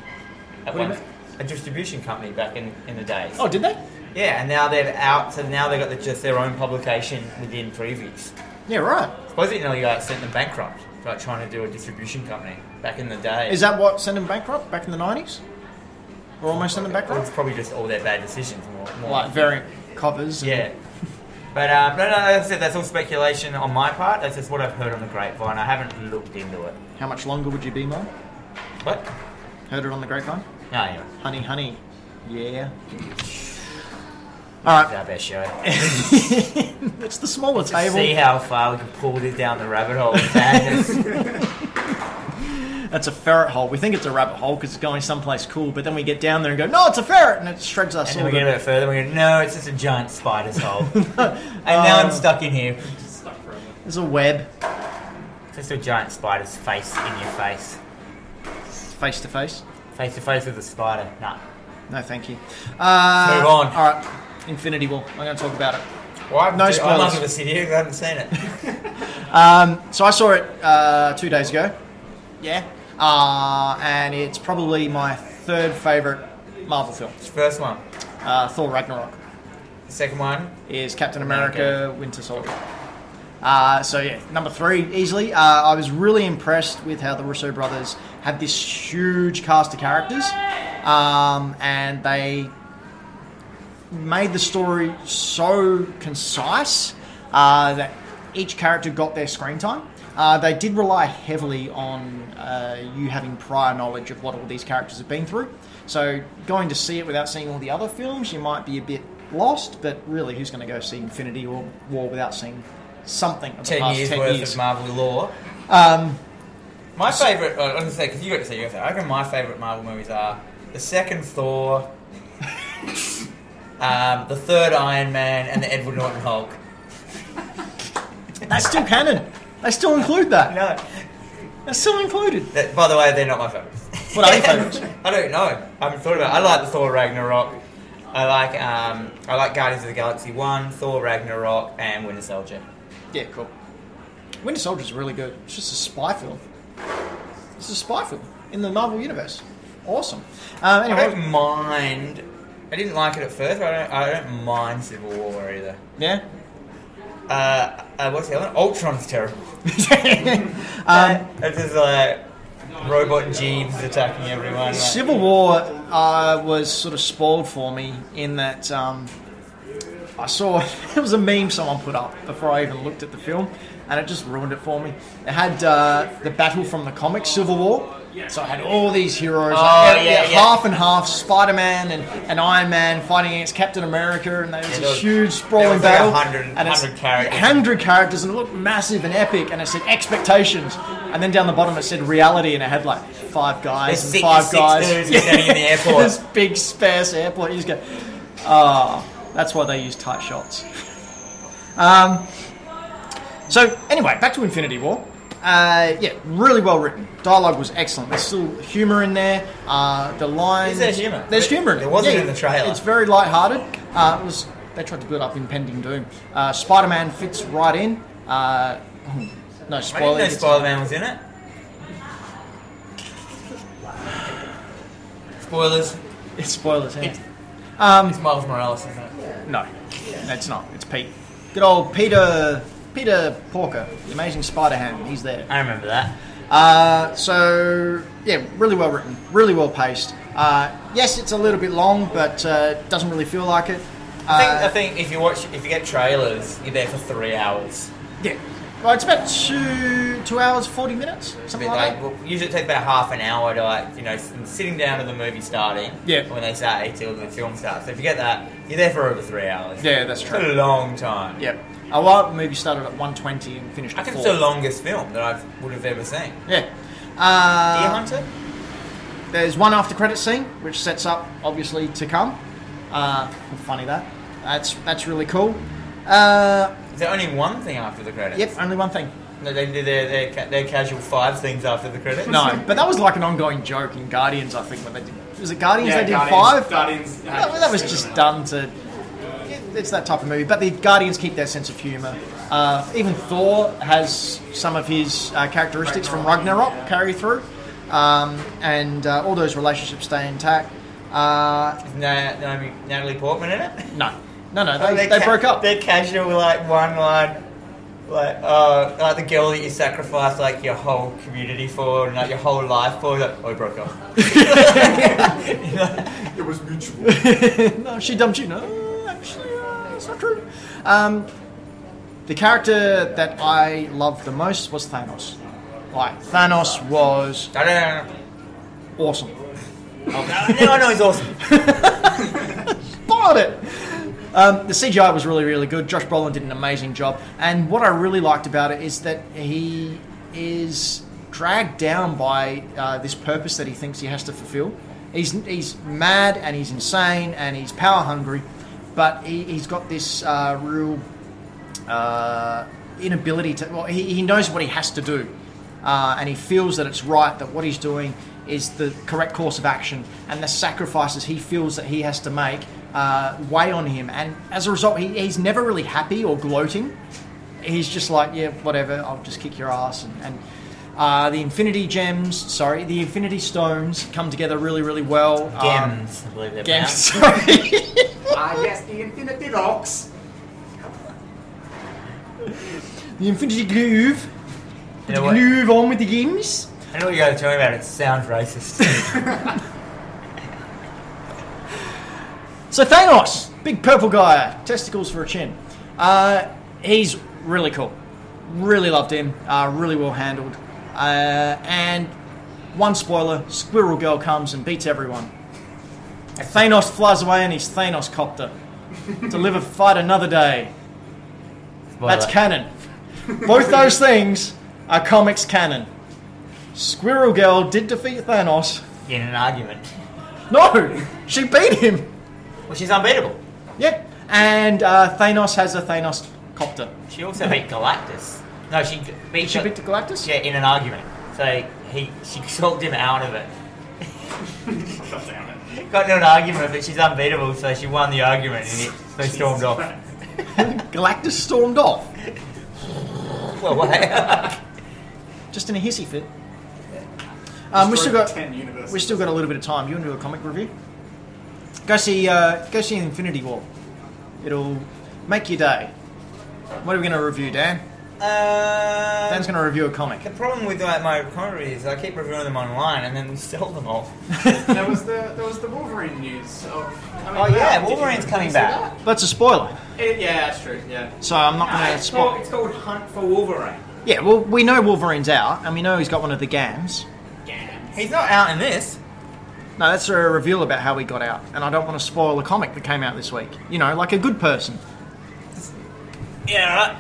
What
at
do you
one,
mean?
a distribution company back in, in the days.
Oh, did they?
Yeah, and now they're out. So now they've got the, just their own publication within previews.
Yeah, right.
Supposedly, you know, you like sent them bankrupt, for, like trying to do a distribution company back in the day.
Is that what sent them bankrupt back in the 90s? Or almost sent them
It's
bankrupt?
probably just all their bad decisions. More, more
Like variant covers. and-
yeah. But um, no, no, that's it. That's all speculation on my part. That's just what I've heard on the grapevine. I haven't looked into it.
How much longer would you be, Mo?
What?
Heard it on the grapevine?
No, yeah,
Honey, honey. Yeah. All
it's
right.
our best show.
it's the smaller
See
table.
how far we can pull this down the rabbit hole. of madness.
That's a ferret hole. We think it's a rabbit hole because it's going someplace cool, but then we get down there and go, no, it's a ferret, and it shreds us
and then
all.
we get a
to-
bit further. We go, no, it's just a giant spider's hole. and now
Um,
I'm stuck in here.
There's a web,
It's just a giant spider's face in your face,
face to face.
face to face with a spider. Nah.
No, thank you. Uh,
Move on.
All right. Infinity War. I'm going to talk about it.
Well, I've
No
dude, I'm
spoilers.
not going to sit here 'cause I haven't seen it.
So I saw it uh, two days ago. Yeah. Uh, and it's probably my third favorite Marvel film.
First one.
Uh, Thor Ragnarok
Second one.
is Captain America Winter Soldier. Uh, so yeah, number three easily. Uh, I was really impressed with how the Russo brothers had this huge cast of characters, um, and they made the story so concise uh, that each character got their screen time. Uh, they did rely heavily on uh, you having prior knowledge of what all these characters have been through. So going to see it without seeing all the other films, you might be a bit lost. But really, who's going to go see Infinity or War without seeing something of the
ten
past
years
ten
worth
years?
of Marvel lore.
Um,
My favourite, I was going to say, because you got to say, you got to say, I reckon my favourite Marvel movies are the second Thor, um, the third Iron Man, and the Edward Norton Hulk.
that's still canon. They still include that.
No,
That's still included.
that, by the way, they're not my favourites.
What are your favourites?
I don't know. I haven't thought about it. I like the Thor Ragnarok. I like um, I like Guardians of the Galaxy 1, Thor Ragnarok, and Winter Soldier.
Yeah, cool. Winter Soldier's really good. It's just a spy film. It's a spy film in the Marvel Universe. Awesome. Um,
I
anyway,
don't mind. I didn't like it at first, but I don't, I don't mind Civil War either.
yeah.
Uh, uh, what's the other one? Ultron's terrible.
um,
It's just like robot Jeeves attacking everyone. Like,
Civil War uh, was sort of spoiled for me in that um, I saw it was a meme someone put up before I even looked at the film, and it just ruined it for me. It had uh, the battle from the comic Civil War, so I had all these heroes,
Oh,
like,
yeah, yeah.
half and half, Spider Man and, and Iron Man fighting against Captain America, and there was
Yeah,
a
there was-
huge sprawling
there was like
battle,
100
and it's
100 characters.
100 characters, and it looked massive and epic, and it said expectations, and then down the bottom it said reality, and it had like five guys and
There's six-
five
six
guys
dudes standing in the airport.
this big sparse airport. You just go, ah, that's why they use tight shots. Um, so anyway, back to Infinity War. Uh, yeah, really well written. Dialogue was excellent. There's still humour in there. Uh, the lines.
Is there humour?
There's humour. in
There wasn't
Yeah,
in the trailer.
It's very light-hearted. Uh, it was. They tried to build up impending doom. Uh, Spider-Man fits right in. Uh, no
I didn't know
spoilers.
Spider Man was in it. Spoilers.
It's spoilers. Yeah.
It's-
Um,
It's Miles Morales, isn't it?
No, it's not. It's Pete. Good old Peter Peter Porker, the Amazing Spider Ham. He's there.
I remember that.
Uh, so yeah, really well written, really well paced. Uh, yes, it's a little bit long, but uh, doesn't really feel like it.
I
Uh,
think, I think if you watch, if you get trailers, you're there for three hours.
yeah. Well, it's about two two hours forty minutes,
I
something
mean,
like
like,
that.
well, usually it takes about half an hour to, like, you know, s- sitting down to the movie starting.
Yeah.
When they say till the film starts. So if you get that, you're there for over three hours.
Yeah, that's
It's
true.
a long time.
Yep. Uh, well, the movie started at one twenty and finished
I
at
think
four.
it's the longest film that I would have ever seen.
Yeah.
Deer
Uh,
Hunter?
There's one after credit scene, which sets up obviously to come. Uh, funny that. That's that's really cool. Uh,
Is there only one thing after the credits?
yep, only one thing.
No, they do their, their, ca- their casual five things after the credits?
No, but that was like an ongoing joke in Guardians, I think, when they did. Was it Guardians
Yeah,
they did
Guardians-
five?
Guardians.
That, that was just done to. It's that type of movie, but the Guardians keep their sense of humour. Uh, even Thor has some of his uh, characteristics from Ragnarok carry through, um, and uh, all those relationships stay intact. Uh,
Is Na- Naomi, Natalie Portman in it?
no, no, no,
Oh,
they, they
they're ca-
broke up.
They're casual, like one line, like uh, like the girl that you sacrificed like your whole community for and like your whole life for. Like, oh, we broke up.
It was mutual.
no, she dumped you. No, actually, uh, it's not true. Um, the character that I loved the most was Thanos. Like, Thanos was
I don't know.
awesome.
now I know he's awesome.
Bought it! Um, the CGI was really, really good. Josh Brolin did an amazing job. And what I really liked about it is that he is dragged down by uh, this purpose that he thinks he has to fulfill. He's, he's mad and he's insane and he's power hungry, but he, he's got this uh, real uh, inability to. Well, he, he knows what he has to do, uh, and he feels that it's right that what he's doing is the correct course of action, and the sacrifices he feels that he has to make uh, weigh on him, and as a result, he, he's never really happy or gloating. He's just like, yeah, whatever, I'll just kick your ass, and. and uh, the Infinity Gems, sorry, the Infinity Stones come together really, really well. Um,
Gems, I believe they're
gems,
pronounced.
sorry.
Ah, yes, the Infinity Rocks.
the Infinity Groove.
You know what?
Groove on with the games.
I know what you're talking about. It sounds racist.
So Thanos, big purple guy, testicles for a chin. Uh, he's really cool. Really loved him. Uh, really well handled. Uh, and one spoiler: Squirrel Girl comes and beats everyone. Thanos flies away in his Thanos copter to live a fight another day. That's
uh,
canon. Both those things are comics canon. Squirrel Girl did defeat Thanos.
in an argument.
No, she beat him.
Well, she's unbeatable.
Yep. And uh, Thanos has a Thanos copter.
She also beat Galactus. No, she g- beat.
She
Gal-
beat the Galactus?
Yeah, in an argument. So he, she talked him out of it. Got into an argument, but she's unbeatable, so she won the argument, and he- they stormed off.
Galactus stormed off.
Well, what?
Just in a hissy fit. Um, we still got
ten universes.
we still got a little bit of time. You want to do a comic review? Go see uh, go see Infinity War. It'll make your day. What are we going to review, Dan?
Uh,
Dan's going to review a comic.
The problem with like, my commentary is I keep reviewing them online and then we sell them all.
there was the there was the Wolverine news. Of coming
Oh, yeah,
back. Did you-
Wolverine's
did you
coming
see
back.
That's a spoiler,
that? It- yeah, that's true. Yeah.
so I'm not going to
it's, called,
spoil.
it's called Hunt for Wolverine.
Yeah, well, we know Wolverine's out, and we know he's got one of the gams.
He's not out in this.
No, that's a reveal about how he got out, and I don't want to spoil a comic that came out this week. You know, like a good person.
Yeah, right.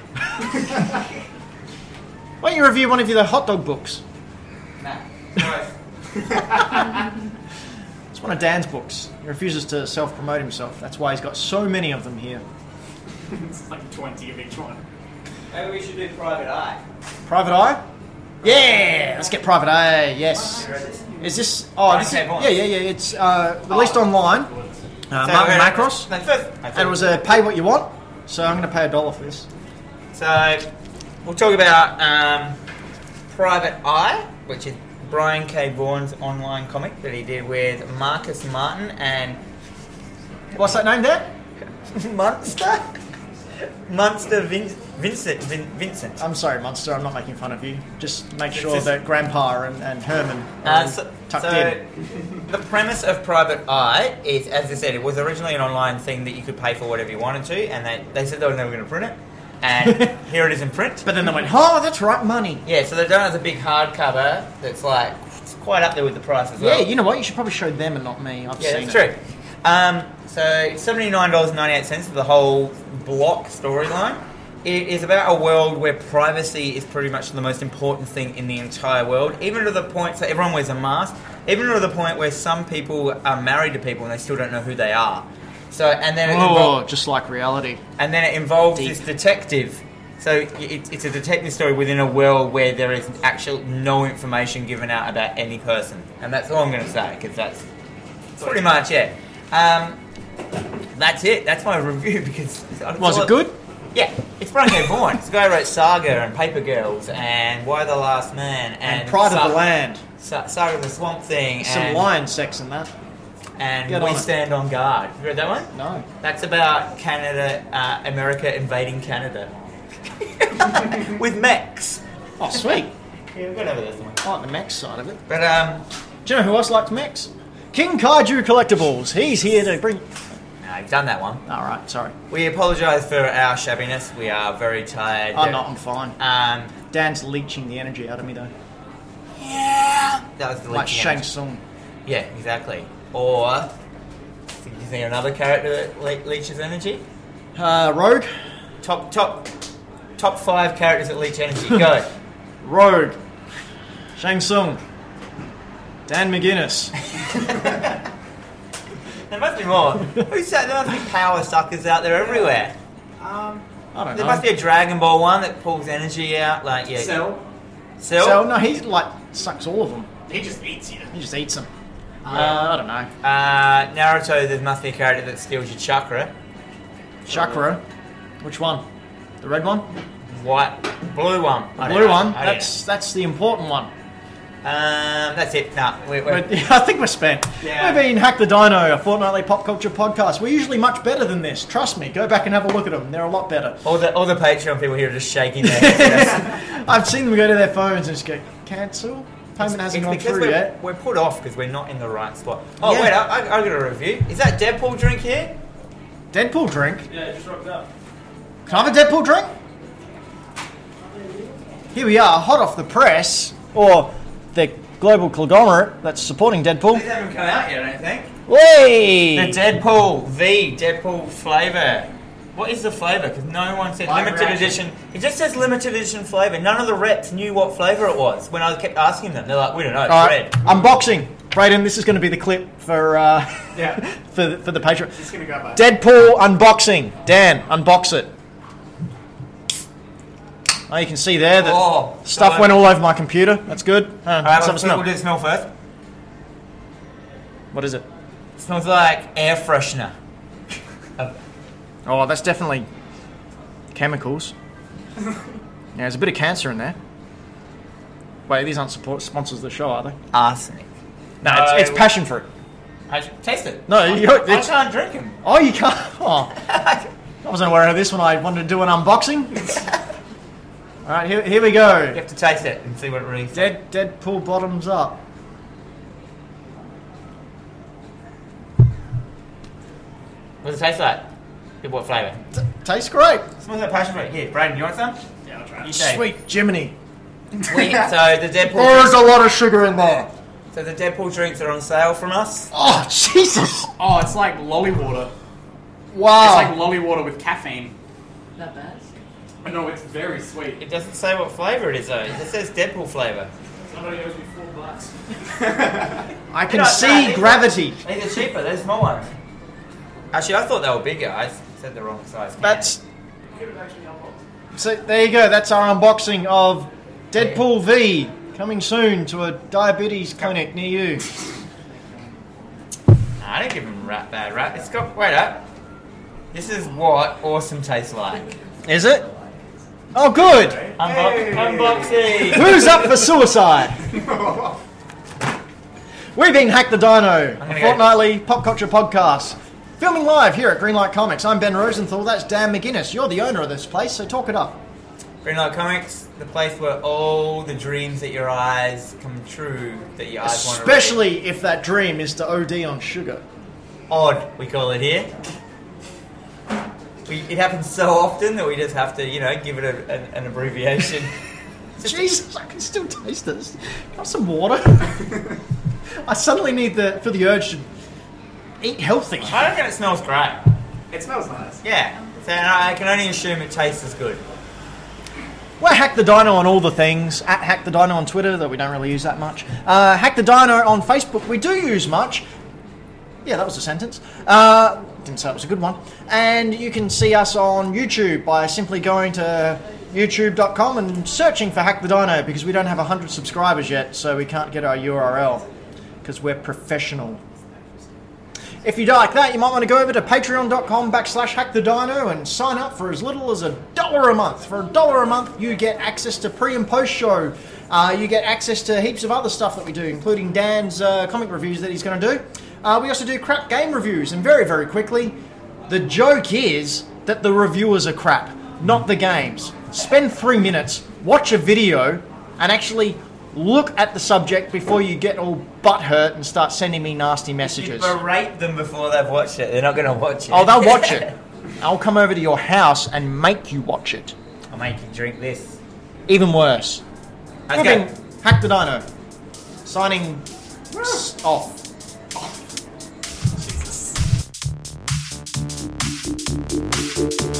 Why don't you review one of your hot dog books?
Nah.
It's one of Dan's books. He refuses to self promote himself. That's why he's got so many of them here.
It's like twenty of each one.
Maybe we should do Private Eye.
Private Eye? Yeah! Let's get Private Eye, yes. Is this. Oh, this is,
Okay,
yeah, yeah, yeah. It's uh, released online. Uh, Martin Macross.
No, first,
And it was a pay what you want, so I'm going to pay a dollar for this.
So we'll talk about um, Private Eye, which is Brian K. Vaughan's online comic that he did with Marcus Martin and
What's that name there?
Munster. Munster Vin- Vincent. Vin- Vincent.
I'm sorry, Monster, I'm not making fun of you. Just make sure
just-
that Grandpa and, and Herman are
Uh, so,
Um, tucked
so
in.
the premise of Private Eye is, as I said, it was originally an online thing that you could pay for whatever you wanted to, and they, they said they were never going to print it, and here it is in print.
But then they went, oh, that's right, money.
yeah, so they've done it as a big hardcover that's like it's quite up there with the price as well.
Yeah, you know what? You should probably show them and not me. I've
yeah,
seen
that's
it.
true. Um, so seventy nine dollars ninety eight cents for the whole block storyline. It is about a world where privacy is pretty much the most important thing in the entire world, even to the point so everyone wears a mask, even to the point where some people are married to people and they still don't know who they are. So and then it invol-
Oh, just like reality.
and then it involves
Deep.
this detective. So it, it's a detective story within a world where there is actual no information given out about any person, and that's all I'm going to say because that's pretty much it. Um, that's it. That's my review because I
Was
thought-
it good?
Yeah, it's Brian K. Vaughan. It's the guy who wrote Saga and Paper Girls and Why the Last Man and,
And Pride of
Sa-
the Land.
Sa- Saga of the Swamp Thing
Some
and
lion sex in that.
and
Get
We
on it.
Stand on Guard. You read that one?
No.
That's about Canada, uh, America invading Canada with mechs.
Oh, sweet.
Yeah, we've got over this one.
I like the Max side of it.
But um,
Do you know who else likes Max? King Kaiju Collectibles. He's here to bring.
no, I've done that one.
All right, sorry.
We apologise for our shabbiness. We are very tired.
I'm not. I'm fine.
Um,
Dan's leeching the energy out of me though,
yeah, that was the
like
leaking
Shang Tsung.
energy. Yeah, exactly. Or is there another character that le- leeches energy?
Uh, Rogue.
Top top top five characters that leech energy. Go.
Rogue. Shang Tsung. Dan McGuinness.
there must be more. Who's that? There must be power suckers out there everywhere.
I don't
There
know.
must be a Dragon Ball one that pulls energy out, like yeah.
Cell.
Cell?
So no, he like sucks all of them.
He just eats you.
He just eats them. Uh, I don't know.
Uh, Naruto, there must be a character that steals your chakra.
Chakra. Which one? The red one.
White, blue one. I don't
Blue
know.
one.
I don't
That's that's the important one.
Um, that's it. Nah, we're, we're,
But yeah, I think we're spent.
Yeah.
We've been Hack the Dino, a fortnightly pop culture podcast. We're usually much better than this. Trust me. Go back and have a look at them. They're a lot better.
all the all the Patreon people here are just shaking their heads.
I've seen them go to their phones and just go, cancel? Payment hasn't gone through
we're,
yet.
we're put off because we're not in the right spot. Oh
Yeah.
wait, I, I, I got a review. Is that Deadpool drink here?
Deadpool drink.
Yeah, just rocked up.
Can I have a Deadpool drink? Here we are, hot off the press, or the global conglomerate that's supporting Deadpool.
haven't come out yet, I don't think. The
Hey!
Deadpool, the Deadpool flavour. What is the flavour? Because no one said
Live
limited
reaction.
edition. It just says limited edition flavour. None of the reps knew what flavour it was when I kept asking them. They're like, we don't know, it's
All right,
red.
unboxing. Brayden, this is going to be the clip for uh,
Yeah,
for for the Patreon.
just gonna grab that.
Deadpool unboxing. Dan, unbox it. Oh, you can see there that
Oh,
stuff
so-
went all over my computer. That's good. Hang on,
All right,
let's have
we'll,
a smell.
we'll do the smell first.
What is it?
It smells like air freshener.
Oh, that's definitely chemicals. yeah, there's a bit of cancer in there. Wait, these aren't support sponsors of the show, are they?
Arsenic.
No,
No.
it's, it's passion fruit.
I should taste it.
No,
I,
you-
I
it's-
can't drink them.
Oh, you can't. Oh. I wasn't aware of this when I wanted to do an unboxing. All right, here, here we
You
go.
have to taste it and see what it really tastes.
Dead Deadpool bottoms up.
What does it taste like? What flavour?
T- tastes great.
smells like passion fruit. Here, Braden, you want some?
Yeah, I'll try
You
it.
say.
Sweet Jiminy.
Sweet. so the Deadpool.
There's a lot of sugar in there.
So the Deadpool drinks are on sale from us.
Oh Jesus!
Oh, it's like lolly water. It's like
Wow.
lolly water with caffeine.
That bad?
I know it's very sweet.
It doesn't say what flavour it is though. It says Deadpool flavour.
Somebody owes me four bucks.
I
You
can
know, no,
see
these are-
gravity.
These are cheaper. They're small ones. Actually, I thought they were bigger. I s- said the wrong size. can.
That's
Could have actually unboxed.
so. There you go. That's our unboxing of Deadpool V coming soon to a diabetes clinic near you.
Nah, I don't give them rat bad rap. It's got wait up. This is what awesome tastes like.
Is it? Oh, good.
Unbox- Unboxing.
Who's up for suicide? We've been Hack the Dino, a
gonna go-
fortnightly pop culture podcast. Filming live here at Greenlight Comics. I'm Ben Rosenthal. That's Dan McGuinness. You're the owner of this place, so talk it up.
Greenlight Comics, the place where all the dreams that your eyes come true that your eyes want.
Especially if that dream is to OD on sugar.
odd, we call it here. We, it happens so often that we just have to, you know, give it a, an, an abbreviation.
Jesus, I can still taste this. Can I Have some water. I suddenly need the for the urge to eat healthy.
I reckon it smells great.
It smells nice.
Yeah. So and I I can only assume it tastes as good.
We're Hack the Dino on all the things. At Hack the Dino on Twitter, though we don't really use that much. Uh, Hack the Dino on Facebook, we do use much. Yeah, that was a sentence. Uh, didn't say it was a good one. And you can see us on YouTube by simply going to youtube.com and searching for Hack the Dino because we don't have 100 subscribers yet, so we can't get our URL because we're professional. If you like that, you might want to go over to patreon.com backslash hack the dino and sign up for as little as a dollar a month. For a dollar a month, you get access to pre and post show. Uh, you get access to heaps of other stuff that we do, including Dan's uh, comic reviews that he's going to do. Uh, we also do crap game reviews, and very, very quickly, the joke is that the reviewers are crap, not the games. Spend three minutes, watch a video, and actually look at the subject before you get all butthurt and start sending me nasty
You
messages.
berate them before they've watched it. They're not going to watch it.
Oh, they'll watch it. I'll come over to your house and make you watch it.
I'll make you drink this.
Even worse.
Let's
We've
go.
been Hack the Dino. Signing s- off.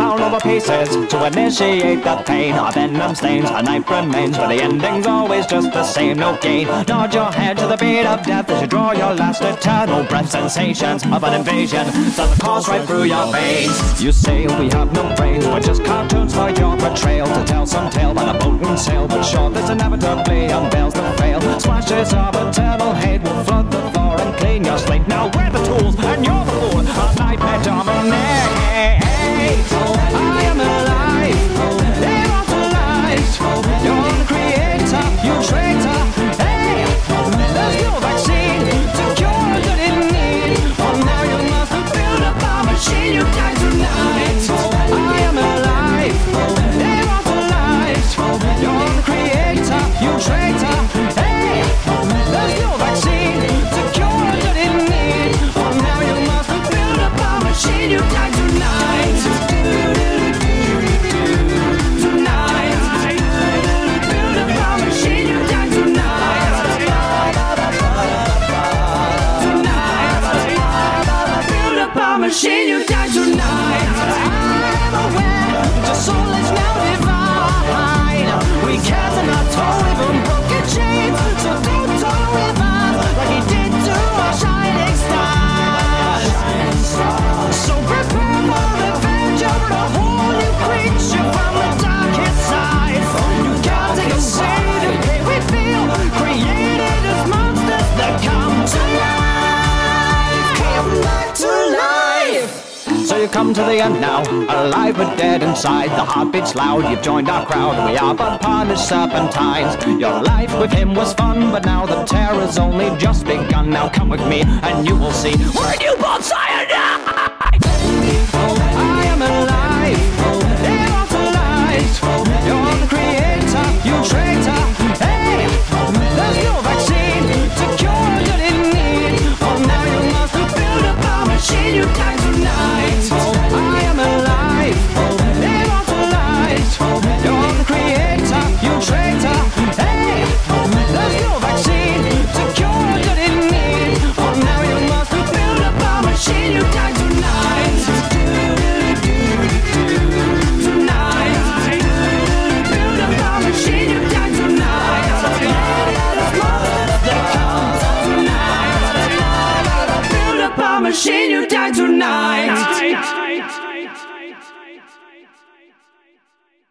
over pieces to initiate the pain. Our venom stains, our knife remains, but the ending's always just the same. No gain. Nod your head to the beat of death as you draw your last eternal breath. Sensations of an invasion, so the course right through your veins. You say we have no brains, we're just cartoons for your betrayal. To tell some tale by the potent sail, but sure this inevitably unveils the veil. Splashes of eternal hate will flood the floor and clean your slate. Now we're the tools and you're the fool. Our nightmare dominates. I am alive. Live off the lies. You're the creator. You traitor. Hey, there's no vaccine to cure the need. For now you must build a bomb machine. You die tonight. I am alive. Live off the lies. You're the creator. You traitor. Hey, there's no vaccine to cure the need. For now you must build a bomb machine. You die tonight. Machine, you die tonight. I am aware the soul is now divine. We cast in our toe even broken chains. So don't toy with us like he did to our shining stars. So prepare for revenge of a whole new creature from the darkest side. You gotta take a stand and pay we feel. Created as monsters that come to life. Come back to life. So you come to the end now, alive but dead inside. The heartbeat's loud, you've joined our crowd. We are but punished serpentines. Your life with him was fun, but now the terror's only just begun. Now come with me, and you will see. We're newborn cyanide! I am alive. They're all to lies. You're the creator, you traitor. Hey, there's no vaccine to cure your need. Oh, now you must build a bomb machine. You die tonight. I am alive. They're all to lies. You're the creator, you traitor. Hey, there's no vaccine to cure your need. Oh, now you must build a bomb machine. You die tonight. Machine, you die tonight.